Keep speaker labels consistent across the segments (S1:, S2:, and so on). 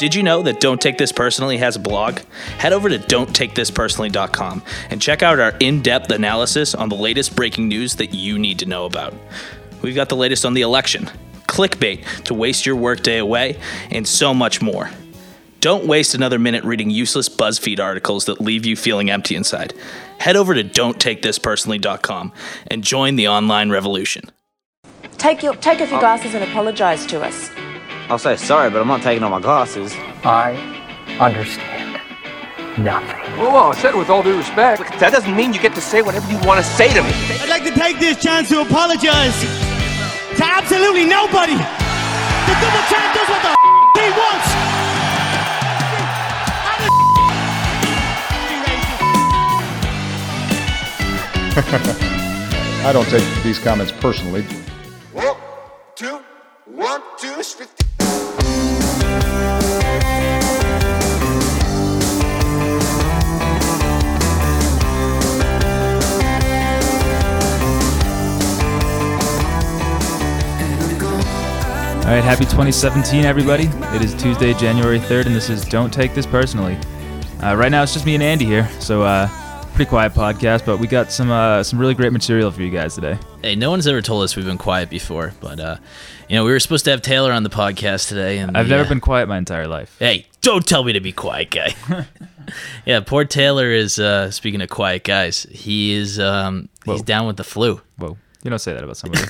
S1: Did you know that Don't Take This Personally has a blog? Head over to don'ttakethispersonally.com and check out our in depth analysis on the latest breaking news that you need to know about. We've got the latest on the election, clickbait to waste your workday away, and so much more. Don't waste another minute reading useless BuzzFeed articles that leave you feeling empty inside. Head over to don'ttakethispersonally.com and join the online revolution.
S2: Take your take off your glasses and apologise to us.
S3: I'll say sorry, but I'm not taking off my glasses.
S4: I understand nothing.
S5: Whoa, whoa, I said with all due respect.
S6: That doesn't mean you get to say whatever you want to say to me.
S7: I'd like to take this chance to apologize to absolutely nobody. The double champ does what the f- he wants. And the f-
S8: I don't take these comments personally.
S9: One, two, one, two, spit.
S10: All right, happy 2017, everybody. It is Tuesday, January 3rd, and this is Don't Take This Personally. Uh, right now, it's just me and Andy here, so uh, pretty quiet podcast, but we got some uh, some really great material for you guys today.
S11: Hey, no one's ever told us we've been quiet before, but uh, you know, we were supposed to have Taylor on the podcast today, and
S10: I've
S11: the,
S10: never
S11: uh,
S10: been quiet my entire life.
S11: Hey, don't tell me to be quiet, guy. yeah, poor Taylor is. Uh, speaking of quiet guys, he is. Um, he's
S10: Whoa.
S11: down with the flu.
S10: Whoa, you don't say that about somebody.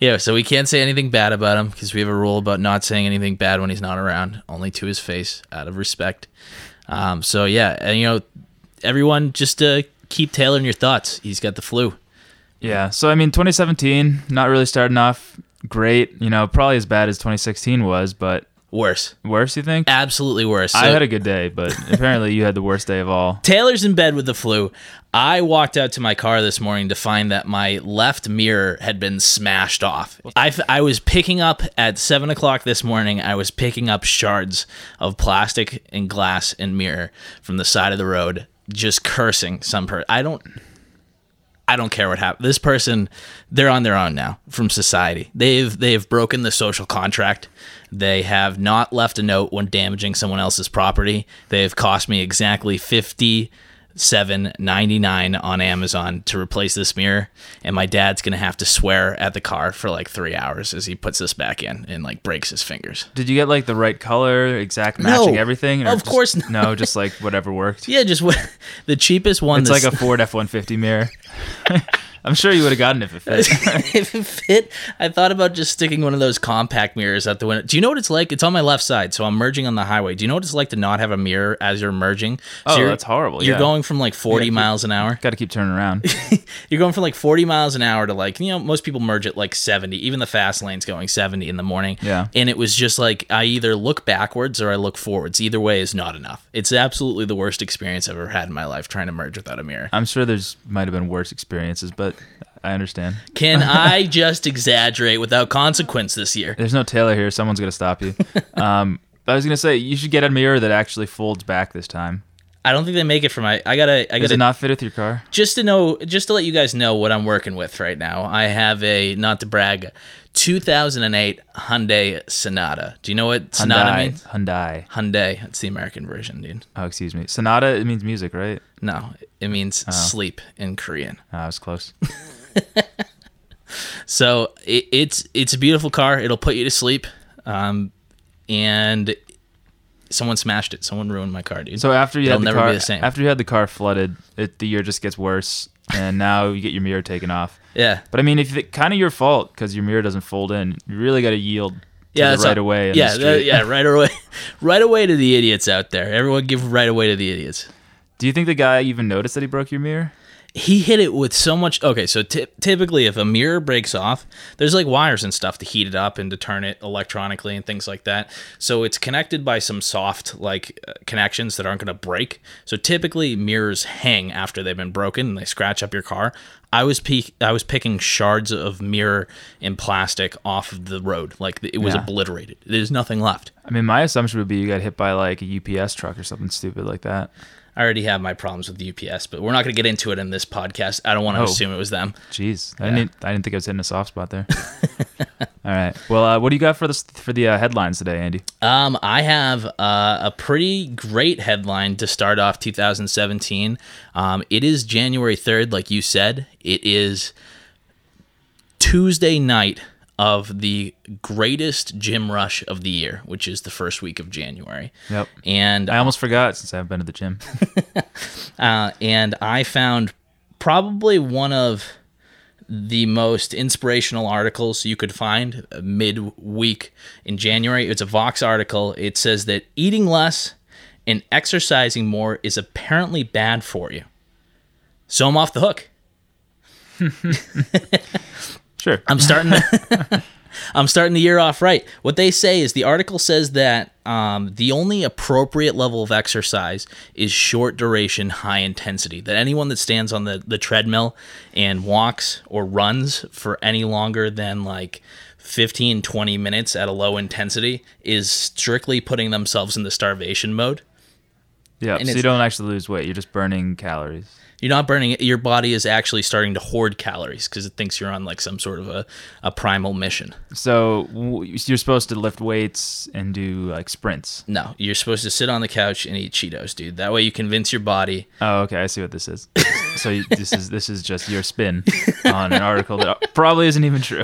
S11: Yeah, so we can't say anything bad about him because we have a rule about not saying anything bad when he's not around, only to his face, out of respect. Um, so yeah, and you know, everyone just uh, keep Taylor in your thoughts. He's got the flu.
S10: yeah, so I mean, 2017, not really starting off great. You know, probably as bad as 2016 was, but
S11: Worse,
S10: worse. You think?
S11: absolutely worse.
S10: I
S11: So-
S10: had a good day, but apparently you had the worst day of all.
S11: Taylor's in bed with the flu. I walked out to my car this morning to find that my left mirror had been smashed off. I, f- I was picking up at seven o'clock this morning. I was picking up shards of plastic and glass and mirror from the side of the road, just cursing some person. I don't. I don't care what happened. This person, they're on their own now from society. They've they've broken the social contract. They have not left a note when damaging someone else's property. They have cost me exactly fifty seven ninety nine on Amazon to replace this mirror, and my dad's gonna have to swear at the car for like three hours as he puts this back in and like breaks his fingers.
S10: Did you get like the right color, exact matching everything?
S11: of
S10: just-
S11: course not.
S10: No, just like whatever worked.
S11: Yeah, just what the cheapest one.
S10: It's
S11: that's-
S10: like a Ford F one fifty mirror. I'm sure you would have gotten it if it fit.
S11: if it fit, I thought about just sticking one of those compact mirrors out the window. Do you know what it's like? It's on my left side, so I'm merging on the highway. Do you know what it's like to not have a mirror as you're merging? So
S10: Oh,
S11: you're-
S10: that's horrible,
S11: You're
S10: yeah.
S11: going from like 40 miles an hour.
S10: Got to keep turning around.
S11: You're going from like 40 miles an hour to like, you know, most people merge at like 70. Even the fast lane's going 70 in the morning.
S10: Yeah.
S11: And it was just like, I either look backwards or I look forwards. Either way is not enough. It's absolutely the worst experience I've ever had in my life trying to merge without a mirror.
S10: I'm sure there's might have been worse experiences, but I understand.
S11: Can I just exaggerate without consequence this year?
S10: There's no Taylor here. Someone's gonna stop you. Um, I was gonna say you should get a mirror that actually folds back this time.
S11: I don't think they make it for my. I gotta. I
S10: Does
S11: gotta.
S10: it not fit with your car?
S11: just to know, just to let you guys know what I'm working with right now. I have a not to brag, 2008 Hyundai Sonata. Do you know what Sonata
S10: Hyundai.
S11: means?
S10: Hyundai.
S11: Hyundai. It's the American version, dude.
S10: Oh, excuse me. Sonata. It means music, right?
S11: No, it
S10: Oh.
S11: means sleep in Korean.
S10: Ah, I was close.
S11: So it, it's it's a beautiful car. It'll put you to sleep. Um, and someone smashed it. Someone ruined my car, dude.
S10: So uh, after you
S11: It'll
S10: had the
S11: never
S10: car,
S11: be the same.
S10: after you had the car flooded, it, the year just gets worse, and now you get your mirror taken off.
S11: yeah.
S10: But I mean, if it kind of your fault because your mirror doesn't fold in, you really got to yield. To the
S11: that's
S10: right
S11: a-
S10: away. in the
S11: Yeah,
S10: street.
S11: that- yeah, right away, right away to the idiots out there. Everyone, give right away to the idiots.
S10: Do you think the guy even noticed that he broke your mirror?
S11: He hit it with so much. Okay, so ty- typically, if a mirror breaks off, there's like wires and stuff to heat it up and to turn it electronically and things like that. So it's connected by some soft like uh, connections that aren't going to break. So typically, mirrors hang after they've been broken and they scratch up your car. I was pe- I was picking shards of mirror and plastic off of the road, like it was
S10: Yeah.
S11: obliterated. There's nothing left.
S10: I mean, my assumption would be you got hit by like a UPS truck or something stupid like that.
S11: I already have my problems with UPS, but we're not going to get into it in this podcast. I don't want to
S10: Oh.
S11: assume it was them.
S10: Jeez, I didn't. I didn't think I was hitting a soft spot there. All right. Well, uh, what do you got for this for the uh, headlines today, Andy?
S11: Um, I have uh, a pretty great headline to start off 2017. Um, it is January 3rd, like you said. It is Tuesday night of the greatest gym rush of the year, which is the first week of January.
S10: Yep.
S11: And
S10: I almost forgot since I haven't been to the gym.
S11: uh, and I found probably one of the most inspirational articles you could find midweek in January. It's a Vox article. It says that eating less and exercising more is apparently bad for you. So I'm off the hook.
S10: Sure.
S11: I'm starting. The, I'm starting the year off right. What they say is the article says that um, the only appropriate level of exercise is short duration, high intensity. That anyone that stands on the the treadmill and walks or runs for any longer than like 15 20 minutes at a low intensity is strictly putting themselves in the starvation mode.
S10: yeah. So
S11: it's-
S10: you don't actually lose weight. You're just burning calories.
S11: You're not burning it. Your body is actually starting to hoard calories because it thinks you're on like some sort of a, a primal mission.
S10: So w- you're supposed to lift weights and do like sprints.
S11: No, you're supposed to sit on the couch and eat Cheetos, dude. That way you convince your body.
S10: Oh, okay. I see what this is. so you, this is this is just your spin on an article that probably isn't even true.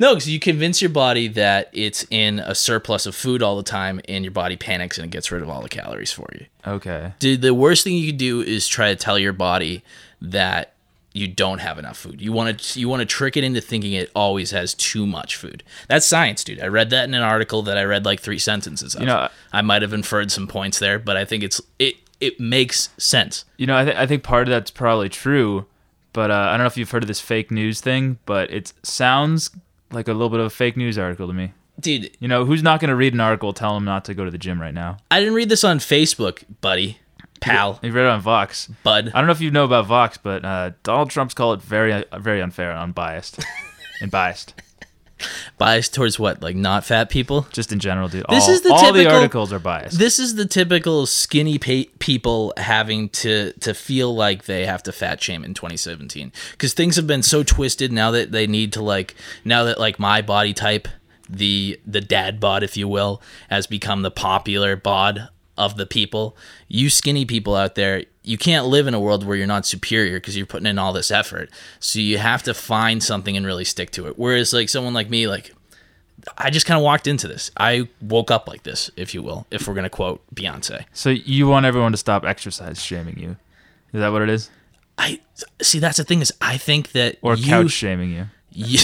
S11: No, because you convince your body that it's in a surplus of food all the time and your body panics and it gets rid of all the calories for you.
S10: Okay.
S11: Dude, the worst thing you can do is try to tell your body that you don't have enough food. You want to you want to trick it into thinking it always has too much food. That's science, dude. I read that in an article that I read like 3 sentences of.
S10: You know, uh
S11: I might have inferred some points there, but I think it's it it makes sense.
S10: You know, I, th- I think part of that's probably true, but uh, I don't know if you've heard of this fake news thing, but it sounds like a little bit of a fake news article to me.
S11: Dude,
S10: You know, who's not going to read an article telling them not to go to the gym right now?
S11: I didn't read this on Facebook, buddy, pal,
S10: You read it on Vox.
S11: bud.
S10: I don't know if you know about Vox, but uh, Donald Trump's called it very, uh, very unfair and unbiased. and biased.
S11: Biased towards what? Like not fat people?
S10: Just in general, dude.
S11: This
S10: all,
S11: is the
S10: all the
S11: typical-
S10: articles are biased.
S11: This is the typical skinny pa- people having to to feel like they have to fat shame in 2017 because things have been so twisted now that they need to like now that like my body type, the the dad bod, if you will, has become the popular bod of the people. You skinny people out there, you can't live in a world where you're not superior because you're putting in all this effort. So you have to find something and really stick to it. Whereas like someone like me, like I just kind of walked into this. I woke up like this, if you will, if we're going to quote Beyonce.
S10: so you want everyone to stop exercise shaming you. Is that what it is?
S11: I see that's the thing is I think that
S10: Or
S11: you,
S10: couch shaming you?
S11: you,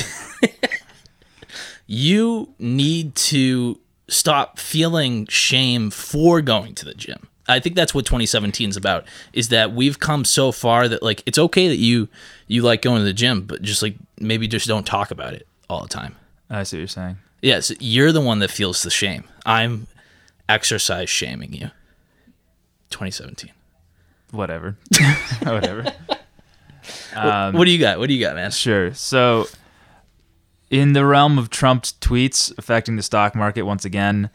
S11: you need to stop feeling shame for going to the gym. I think that's what 2017 is about is that we've come so far that like it's okay that you you like going to the gym, but just like maybe just don't talk about it all the time.
S10: I see what you're saying.
S11: Yes, you're the one that feels the shame. I'm exercise shaming you. 2017.
S10: Whatever. Whatever. Um,
S11: what do you got? What do you got, man?
S10: Sure. So, in the realm of Trump's tweets affecting the stock market once again,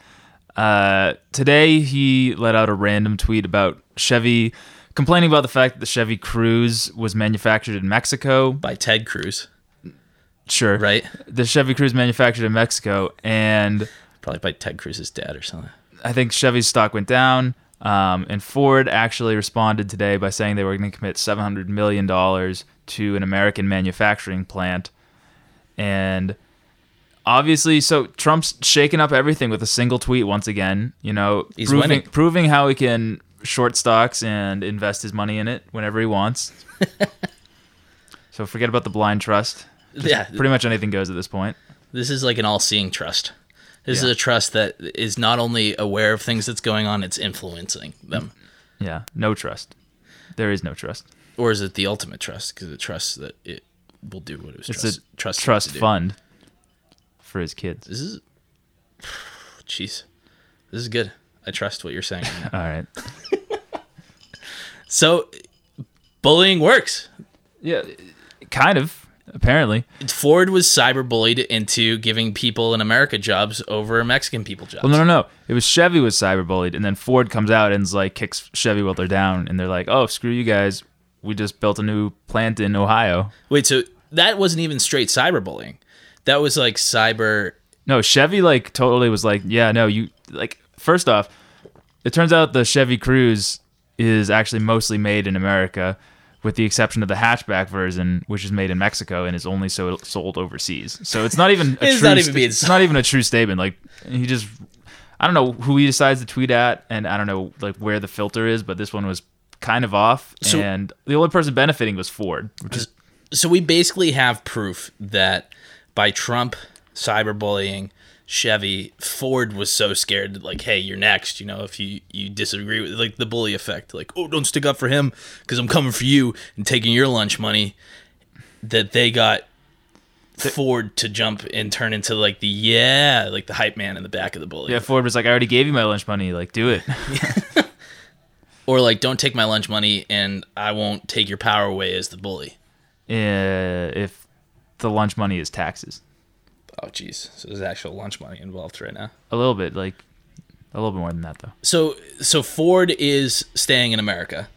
S10: uh, today he let out a random tweet about Chevy complaining about the fact that the Chevy Cruze was manufactured in Mexico.
S11: By Ted Cruz,
S10: Sure.
S11: right?
S10: The Chevy Cruze manufactured in Mexico, and
S11: Probably by Ted Cruz's dad or something.
S10: I think Chevy's stock went down. Um, and Ford actually responded today by saying they were going to commit $700 million to an American manufacturing plant. And obviously, so Trump's shaking up everything with a single tweet once again, you know,
S11: He's
S10: proving,
S11: winning.
S10: proving how he can short stocks and invest his money in it whenever he wants. so forget about the blind trust.
S11: yeah,
S10: Pretty much anything goes at this point.
S11: this is like an all-seeing trust. This
S10: Yeah.
S11: is a trust that is not only aware of things that's going on, it's influencing them.
S10: Yeah, no trust. There is no trust.
S11: Or is it the ultimate trust? Because it trusts that it will do what it was
S10: It's
S11: trust,
S10: a
S11: trust
S10: trust,
S11: to do.
S10: fund for his kids.
S11: This is, jeez, this is good. I trust what you're saying. right now.
S10: All right.
S11: so, bullying works.
S10: Yeah, kind of. apparently.
S11: Ford was cyberbullied into giving people in America jobs over Mexican people jobs.
S10: Well, no, no, no. It was Chevy was cyberbullied, and then Ford comes out and is like kicks Chevy while they're down, and they're like, "Oh, screw you guys! We just built a new plant in Ohio."
S11: Wait, so that wasn't even straight cyberbullying. That was like cyber.
S10: No, Chevy like totally was like, "Yeah, no, you like." First off, it turns out the Chevy Cruze is actually mostly made in America, with the exception of the hatchback version, which is made in Mexico and is only so sold overseas. So it's not even a
S11: It's
S10: true
S11: not even
S10: st-
S11: being
S10: it's not even a true statement. Like he just, I don't know who he decides to tweet at, and I don't know like where the filter is, but this one was kind of off,
S11: So-
S10: and the only person benefiting was Ford, which is
S11: So we basically have proof that by Trump cyberbullying Chevy, Ford was so scared that like, hey, you're next. You know, if you you disagree with like the bully effect, like, oh, don't stick up for him because I'm coming for you and taking your lunch money. That they got. Ford to jump and turn into like the yeah, like the hype man in the back of the bully.
S10: yeah. Ford was like, "I already gave you my lunch money, like do it."
S11: or like don't take my lunch money and I won't take your power away as the bully.
S10: Eh, if the lunch money is taxes,
S11: Oh jeez, so there's actual lunch money involved right now.
S10: a little bit, like a little bit more than that though.
S11: So so Ford is staying in America.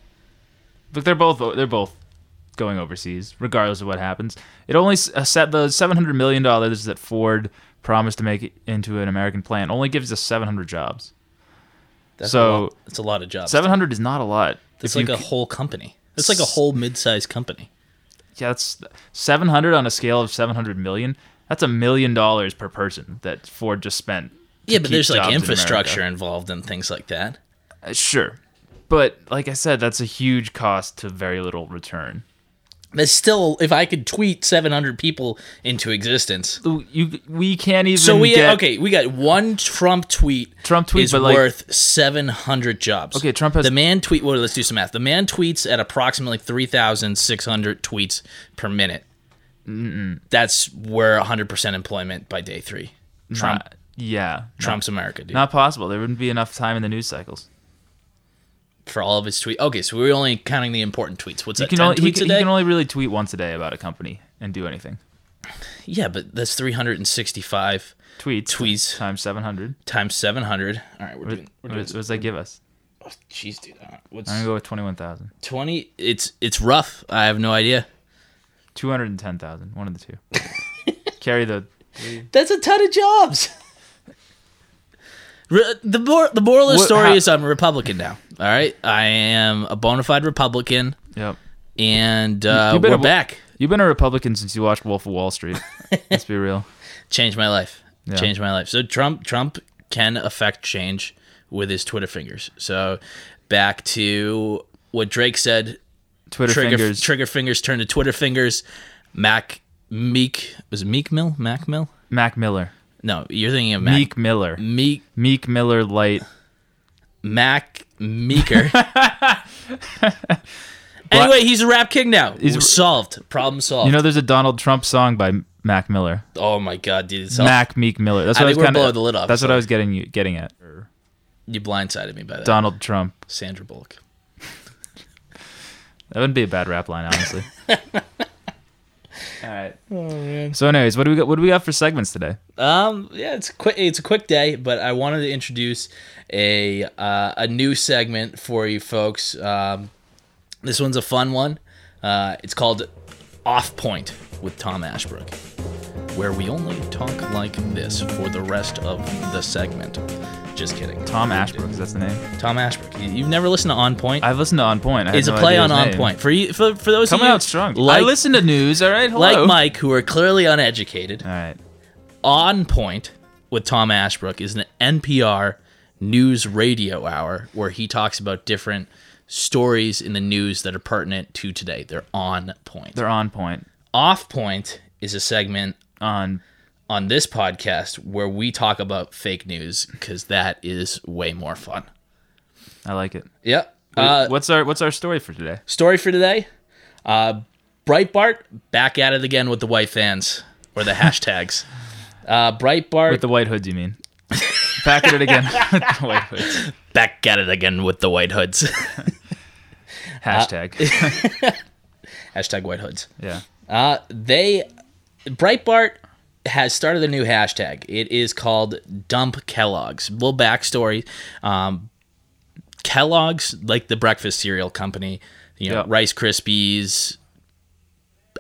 S10: Look, they're both they're both going overseas, regardless of what happens. It only s- uh, set the seven hundred million dollars that Ford promised to make it into an American plant only gives us seven hundred jobs.
S11: That's
S10: So-
S11: a lot, that's a lot of jobs.
S10: Seven hundred is not a lot.
S11: It's
S10: If
S11: like
S10: you
S11: a
S10: c-
S11: whole company. It's like a whole mid-sized company.
S10: yeah, that's seven hundred on a scale of seven hundred million. That's a million dollars per person that Ford just spent. to
S11: Yeah, but
S10: keep
S11: there's
S10: jobs
S11: like
S10: in America.
S11: infrastructure involved and things like that.
S10: Uh, sure, but like I said, that's a huge cost to very little return.
S11: That's still if I could tweet 700 people into existence.
S10: You, we can't even.
S11: So we uh,
S10: get-
S11: okay, we got one Trump tweet.
S10: Trump tweet,
S11: is
S10: but, like-
S11: worth 700 jobs.
S10: Okay, Trump has-
S11: the man tweet. Well, let's do some math. The man tweets at approximately 3,600 tweets per minute. That's where 100 percent employment by day three. Trump,
S10: Not- yeah,
S11: Trump's America, dude.
S10: Not possible. There wouldn't be enough time in the news cycles.
S11: for all of his tweets. Okay, so we're only counting the important tweets. What's
S10: He
S11: that?
S10: can,
S11: 10
S10: only,
S11: tweets
S10: he, can,
S11: a
S10: he
S11: day.
S10: can only really tweet once a day about a company and do anything.
S11: yeah, but that's 365
S10: Tweets.
S11: Tweets.
S10: Times 700.
S11: times 700. All right, we're
S10: What,
S11: doing. We're
S10: what
S11: doing. oh,
S10: does that give us?
S11: Jeez, dude. all right, What's
S10: I'm going to go with 21,000.
S11: 20? It's it's rough. I have no idea.
S10: 210,000. One of the two. Carry the.
S11: That's a ton of jobs. Re- The mor- the moral of the
S10: What-
S11: story
S10: how-
S11: is I'm a Republican now. All right, I am a bona fide Republican,
S10: Yep.
S11: and uh,
S10: you
S11: we're
S10: better-
S11: back.
S10: You've been a Republican since you watched Wolf of Wall Street. Let's be real.
S11: Changed my life.
S10: Yeah.
S11: Changed my life. So Trump Trump can affect change with his Twitter fingers. So back to what Drake said:
S10: Twitter
S11: trigger
S10: fingers.
S11: trigger fingers turn to Twitter fingers. Mac Meek was it Meek Mill Mac Mill.
S10: Mac Miller.
S11: No, you're thinking of Mac.
S10: Meek Miller.
S11: Meek
S10: Meek Miller Light.
S11: Mac Meeker. anyway, he's a rap king now. He's solved. Problem solved.
S10: You know, there's a Donald Trump song by Mac Miller.
S11: oh my god, dude, it's all,
S10: Mac Meek Miller. That's
S11: I
S10: what I,
S11: think
S10: was
S11: we're
S10: kind
S11: blowing
S10: of.
S11: the lid off,
S10: That's what
S11: so.
S10: I was getting you getting at.
S11: you blindsided me by that.
S10: Donald Trump.
S11: Sandra Bullock.
S10: That wouldn't be a bad rap line, honestly. All right. So, anyways, what do we got? What do we got for segments today?
S11: Um, yeah, it's quick. It's a quick day, but I wanted to introduce a uh, a new segment for you folks. Um, this one's a fun one. Uh, it's called Off Point with Tom Ashbrook, where we only talk like this for the rest of the segment. Just kidding.
S10: Tom Ashbrook, is that's the name.
S11: Tom Ashbrook. You- You've never listened to On Point?
S10: I've listened to On Point. I had
S11: it's a
S10: no
S11: play
S10: idea
S11: on
S10: his
S11: On
S10: name.
S11: Point for you. For, for those
S10: Coming
S11: of you
S10: out strong.
S11: like
S10: I listen to news. All right, hello.
S11: like Mike, who are clearly uneducated.
S10: All right.
S11: On Point with Tom Ashbrook is an NPR news radio hour where he talks about different stories in the news that are pertinent to today. They're on point.
S10: They're on point.
S11: Off Point is a segment
S10: On.
S11: on this podcast where we talk about fake news because that is way more fun.
S10: I like it.
S11: Yep. Uh,
S10: what's our What's our story for today?
S11: story for today uh, Breitbart back at it again with the white fans or the hashtags. Uh, Breitbart
S10: With the white hoods, you mean? Back at it again.
S11: Uh,
S10: With the white hoods.
S11: back at it again with the white hoods.
S10: Hashtag.
S11: Hashtag white hoods.
S10: yeah.
S11: Uh, they Breitbart has started a new hashtag. It is called Dump Kellogg's. Little backstory: um, Kellogg's, like the breakfast cereal company, you know,
S10: Yeah.
S11: Rice Krispies.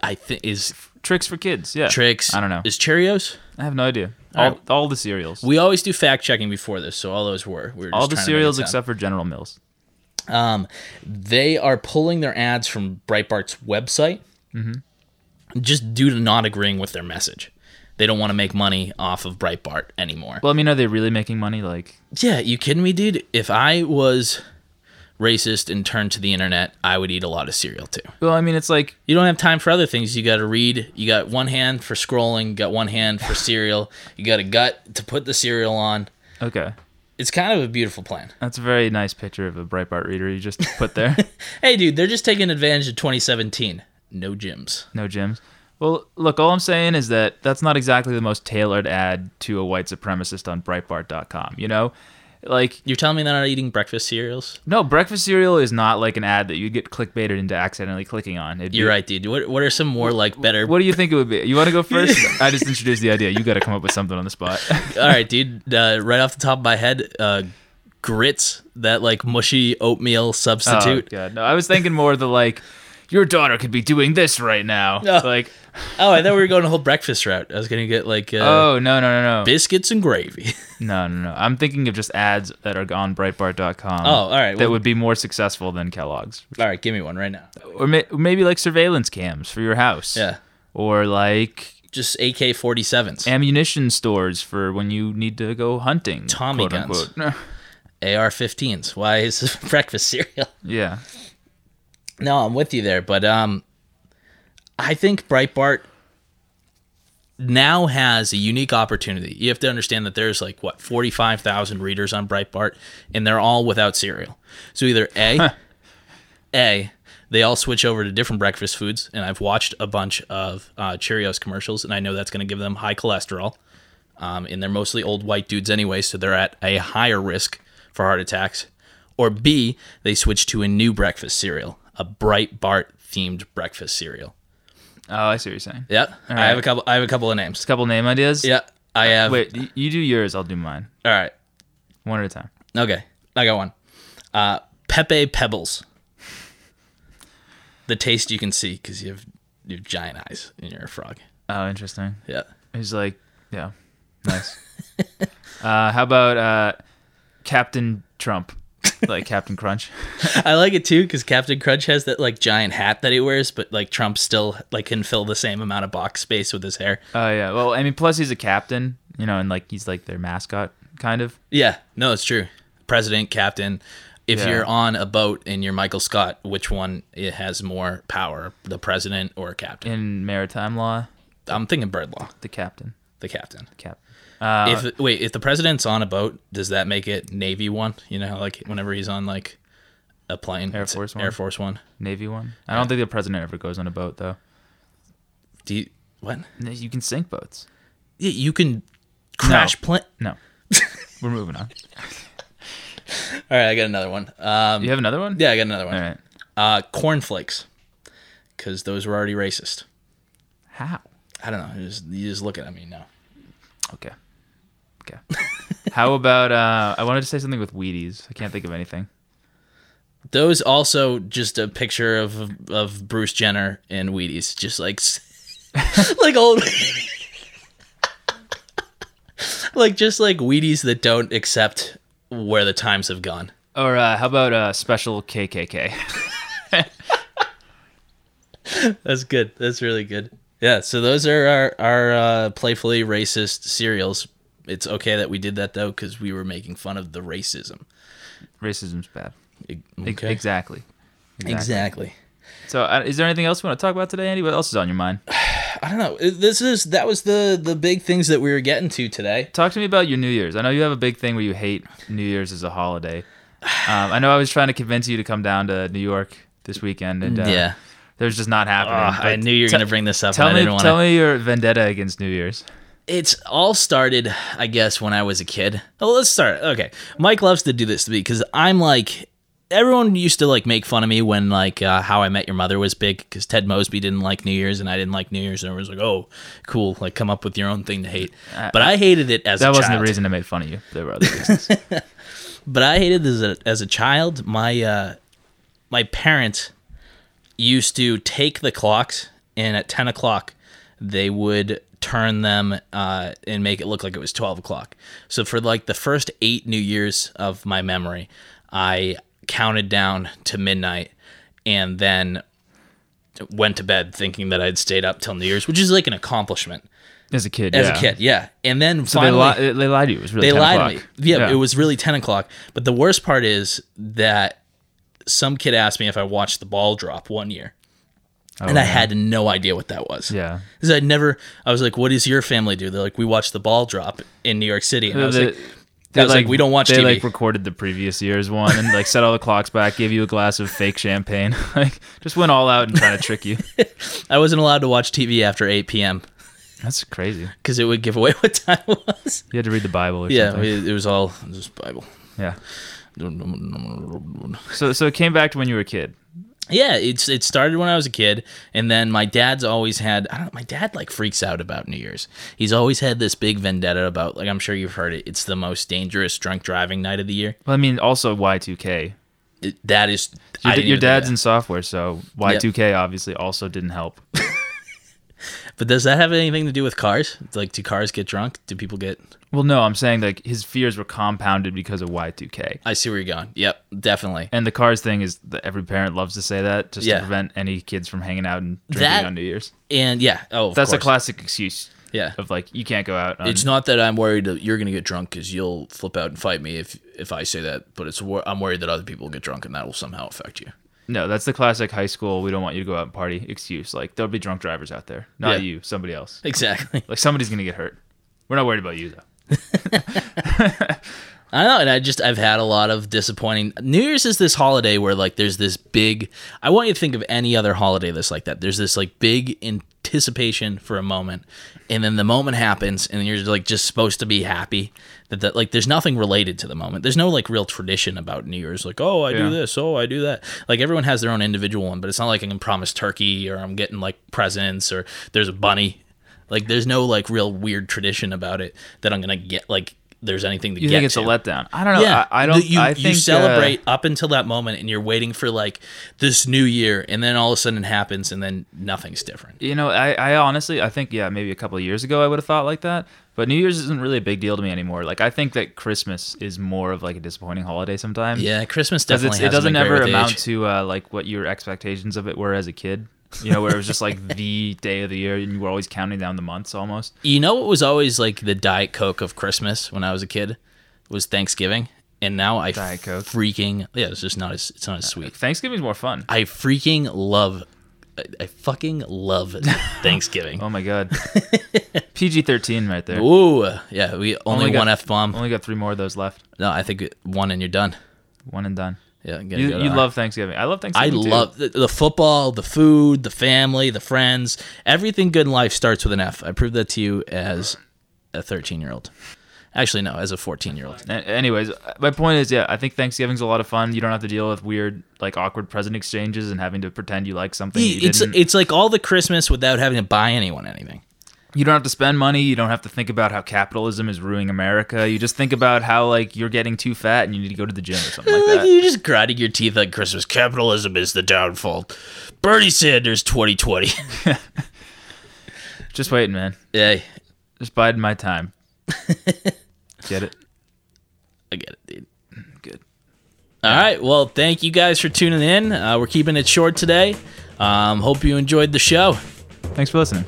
S11: I think is
S10: Tricks for kids. Yeah.
S11: tricks.
S10: I don't know.
S11: Is Cheerios?
S10: I have no idea. All,
S11: right.
S10: all the cereals.
S11: We always do fact checking before this, so all those were. We were just
S10: all
S11: trying to
S10: the
S11: make it
S10: cereals
S11: sound-
S10: except for General Mills.
S11: they are pulling their ads from Breitbart's website
S10: Mm-hmm.
S11: just due to not agreeing with their message. They don't want to make money off of Breitbart anymore.
S10: Well, I mean, are they really making money? Like,
S11: yeah, you kidding me, dude? If I was racist and turned to the internet, I would eat a lot of cereal too.
S10: well, I mean, it's like
S11: You don't have time for other things. You got to read. You got one hand for scrolling, you got one hand for cereal, you got a gut to put the cereal on.
S10: okay,
S11: It's kind of a beautiful plan.
S10: that's a very nice picture of a Breitbart reader you just put there.
S11: Hey, dude, they're just taking advantage of 2017. No gyms.
S10: no gyms. Well, look, all I'm saying is that that's not exactly the most tailored ad to a white supremacist on Breitbart.com. You know, like
S11: You're telling me they're not eating breakfast cereals?
S10: no, breakfast cereal is not like an ad that you'd get clickbaited into accidentally clicking on. It'd be-
S11: You're right, dude. What, what are some more like better?
S10: What do you think it would be? You want to go first? I just introduced the idea. You got to come up with something on the spot.
S11: All right, dude. Uh, right off the top of my head, uh, grits that like mushy oatmeal
S10: Oh,
S11: substitute. Oh,
S10: God. No, I was thinking more the like, your daughter could be doing this right now.
S11: No.
S10: Like,
S11: Oh, I thought we were going the whole breakfast route. I was gonna get like uh,
S10: oh no no no no
S11: biscuits and gravy.
S10: no no no. I'm thinking of just ads that are on Breitbart.com.
S11: Oh, all right.
S10: That
S11: Well-
S10: would be more successful than Kellogg's,
S11: All right, give me one right now.
S10: or may- maybe like surveillance cams for your house.
S11: Yeah,
S10: Or like
S11: just AK forty sevens,
S10: ammunition stores for when you need to go hunting.
S11: Tommy
S10: quote,
S11: guns.
S10: unquote.
S11: AR fifteens. Why is this breakfast cereal?
S10: yeah.
S11: No, I'm with you there, but um, I think Breitbart now has a unique opportunity. You have to understand that there's like what 45,000 readers on Breitbart, and they're all without cereal. So either a, a, they all switch over to different breakfast foods, and I've watched a bunch of uh, Cheerios commercials, and I know that's going to give them high cholesterol. Um, and they're mostly old white dudes anyway, so they're at a higher risk for heart attacks. Or B, they switch to a new breakfast cereal, a Breitbart themed breakfast cereal.
S10: Oh, I see what you're saying.
S11: Yep, I have a
S10: right.
S11: couple. I have a couple of names.
S10: A couple name ideas.
S11: Yeah, I have.
S10: Wait, y- you do yours. I'll do mine.
S11: All right.
S10: One at a time.
S11: Okay. I got one. Uh, Pepe Pebbles. The taste you can see because you have you have giant eyes and you're a frog.
S10: Oh, interesting.
S11: Yeah.
S10: He's like, yeah, nice. uh, how about uh, Captain Trump? Like Captain Crunch?
S11: I like it too because Captain Crunch has that like giant hat that he wears, but like Trump still like can fill the same amount of box space with his hair.
S10: Oh, yeah. Well, I mean, plus he's a captain, you know, and like he's like their mascot, kind of.
S11: Yeah. No, it's true. President, Captain. If
S10: Yeah.
S11: you're on a boat and you're Michael Scott, which one it has more power, the president or captain?
S10: In maritime law,
S11: I'm thinking bird law,
S10: the captain.
S11: the captain.
S10: Captain. Uh,
S11: if wait, if the president's on a boat, does that make it Navy one? You know, like whenever he's on like a plane,
S10: Air
S11: it's
S10: Force
S11: Air
S10: One.
S11: Force One.
S10: Navy one. I don't think the president ever goes on a boat, though.
S11: Do you what?
S10: N- You can sink boats.
S11: Yeah, you can crash plane.
S10: No. We're moving on.
S11: All right, I got another one. Um,
S10: You have another one?
S11: yeah, I got another one.
S10: All right.
S11: Uh, cornflakes, because those were already racist.
S10: How?
S11: I don't know. You just, you just look at me now.
S10: Okay. Okay. How about, uh, I wanted to say something with Wheaties. I can't think of anything.
S11: Those also just a picture of of Bruce Jenner and Wheaties, just like s- like old like just like Wheaties that don't accept where the times have gone.
S10: Or uh, how about uh, special KKK?
S11: That's good. That's really good. Yeah. So those are our our uh, playfully racist cereals. It's okay that we did that though, because we were making fun of the racism.
S10: Racism's bad.
S11: E-
S10: E-
S11: Okay.
S10: Exactly.
S11: Exactly.
S10: So, uh, is there anything else we want to talk about today, Andy? What else is on your mind?
S11: I don't know. This is that was the the big things that we were getting to today.
S10: Talk to me about your New Year's. I know you have a big thing where you hate New Year's as a holiday. Um, I know I was trying to convince you to come down to New York this weekend, and uh,
S11: Yeah.
S10: there's just not happening.
S11: Ah, I
S10: But
S11: knew you were
S10: te-
S11: gonna bring this up.
S10: Tell
S11: and
S10: me,
S11: I didn't want
S10: tell me your vendetta against New Year's.
S11: It's all started, Oh, I guess, when I was a kid. Well, let's start. Okay, Mike loves to do this to me because I'm like, everyone used to like make fun of me when like uh, How I Met Your Mother was big because Ted Mosby didn't like New Year's and I didn't like New Year's and everyone was like, oh, cool, like come up with your own thing to hate. But I hated it as
S10: That
S11: a
S10: wasn't
S11: child.
S10: the reason I made fun of you. There were other reasons.
S11: But I hated this as a, as a child. My uh, my parents used to take the clocks and at ten o'clock they would turn them uh, and make it look like it was twelve o'clock. So for like the first eight New Years of my memory, I counted down to midnight and then went to bed thinking that I'd stayed up till New Year's, which is like an accomplishment
S10: As a kid,
S11: as
S10: yeah.
S11: a kid. Yeah, and then
S10: So
S11: finally,
S10: they, li- they lied to you. It was really
S11: they
S10: 10
S11: lied
S10: o'clock.
S11: to me. Yeah, it was really 10 o'clock. But the worst part is that some kid asked me if I watched the ball drop one year. and I had no idea what that was.
S10: Oh, Yeah.
S11: Because I'd never, I was like, what does your family do? They're like, we watch the ball drop in New York City. And I was
S10: They-
S11: like,
S10: they,
S11: I was like, "We don't watch
S10: They
S11: TV."
S10: like recorded the previous year's one and like set all the clocks back, gave you a glass of fake champagne, like just went all out and trying to trick you.
S11: I wasn't allowed to watch TV after 8 p.m.
S10: That's crazy.
S11: because it would give away what time it was.
S10: You had to read the Bible or
S11: Yeah,
S10: something.
S11: it, it was all just Bible.
S10: yeah. So so it came back to when you were a kid.
S11: Yeah, it's it started when I was a kid, and then my dad's always had. I don't. My dad like freaks out about New Year's. He's always had this big vendetta about. Like I'm sure you've heard it. It's the most dangerous drunk driving night of the year.
S10: Well, I mean, also Y2K.
S11: It- that is. I
S10: Your,
S11: didn't even
S10: your
S11: know
S10: dad's
S11: that.
S10: in software, so Y2K obviously also didn't help.
S11: But does that have anything to do with cars? Like, do cars get drunk? Do people get?
S10: Well, no, I'm saying like his fears were compounded because of Y2K.
S11: I see where you're going. Yep, definitely.
S10: And the cars thing is that every parent loves to say that just
S11: Yeah.
S10: to prevent any kids from hanging out and drinking
S11: That-
S10: on New Year's.
S11: And yeah. Oh, of
S10: That's a
S11: course.
S10: classic excuse.
S11: Yeah.
S10: Of like you can't go out. On,
S11: It's not that I'm worried that you're gonna get drunk because you'll flip out and fight me if if I say that. But it's wor- I'm worried that other people will get drunk and that will somehow affect you.
S10: no, that's the classic high school. We don't want you to go out and party excuse. Like there'll be drunk drivers out there, not
S11: Yeah.
S10: you, somebody else.
S11: Exactly.
S10: Like somebody's gonna get hurt. We're not worried about you though.
S11: I know, and I just I've had a lot of disappointing. New Year's is this holiday where like there's this big. I want you to think of any other holiday that's like that. There's this like big anticipation for a moment, and then the moment happens, and you're like just supposed to be happy that that like there's nothing related to the moment. There's no like real tradition about New Year's. Like oh I
S10: Yeah.
S11: do this, oh I do that. Like everyone has their own individual one, but it's not like I can promise turkey or I'm getting like presents or there's a bunny. Like there's no like real weird tradition about it that I'm gonna get like. There's anything to
S10: You
S11: get
S10: think it's
S11: to.
S10: a letdown? I don't know.
S11: Yeah,
S10: I, I don't.
S11: The- You,
S10: I
S11: you
S10: think, uh,
S11: celebrate up until that moment, and you're waiting for like this new year, and then all of a sudden it happens, and then nothing's different.
S10: You know, I, I honestly, I think, yeah, maybe a couple of years ago I would have thought like that, but New Year's isn't really a big deal to me anymore. Like, I think that Christmas is more of like a disappointing holiday sometimes.
S11: Yeah, Christmas
S10: 'Cause
S11: definitely
S10: it's-
S11: hasn't
S10: it doesn't
S11: been great
S10: ever
S11: with
S10: amount
S11: age.
S10: to uh, like what your expectations of it were as a kid. You know, where it was just like the day of the year and you were always counting down the months almost.
S11: You know what was always like the Diet Coke of Christmas when I was a kid was Thanksgiving, and now I
S10: Diet Coke. Uh,
S11: freaking yeah, it's just not as it's not as sweet.
S10: Thanksgiving's more fun.
S11: I freaking love. I- I fucking love Thanksgiving.
S10: Oh my God. PG 13 right there.
S11: Ooh, yeah, we only,
S10: got-
S11: one f bomb.
S10: Only got three more of those left.
S11: No, I think one and you're done.
S10: One and done.
S11: Yeah, I'm gonna
S10: You,
S11: go to
S10: you
S11: our-
S10: love Thanksgiving. I love
S11: I
S10: Thanksgiving. too.
S11: love the, the football, the food, the family, the friends. Everything good in life starts with an F. I proved that to you as a 13 year old. Actually, no, as a 14 year old.
S10: A- Anyways, my point is, yeah, I think Thanksgiving's a lot of fun. You don't have to deal with weird, like awkward present exchanges and having to pretend you like something. You,
S11: E, It's
S10: didn't.
S11: it's like all the Christmas without having to buy anyone anything.
S10: you don't have to spend money. You don't have to think about how capitalism is ruining America. You just think about how like you're getting too fat and you need to go to the gym or something like
S11: Like
S10: that.
S11: you're just grinding your teeth at Christmas. Capitalism is the downfall. Bernie Sanders 2020.
S10: Just waiting, man.
S11: yeah,
S10: Just biding my time. Get it?
S11: I get it, dude.
S10: Good.
S11: All right. Well, thank you guys for tuning in. Uh, we're keeping it short today. Um, hope you enjoyed the show.
S10: Thanks for listening.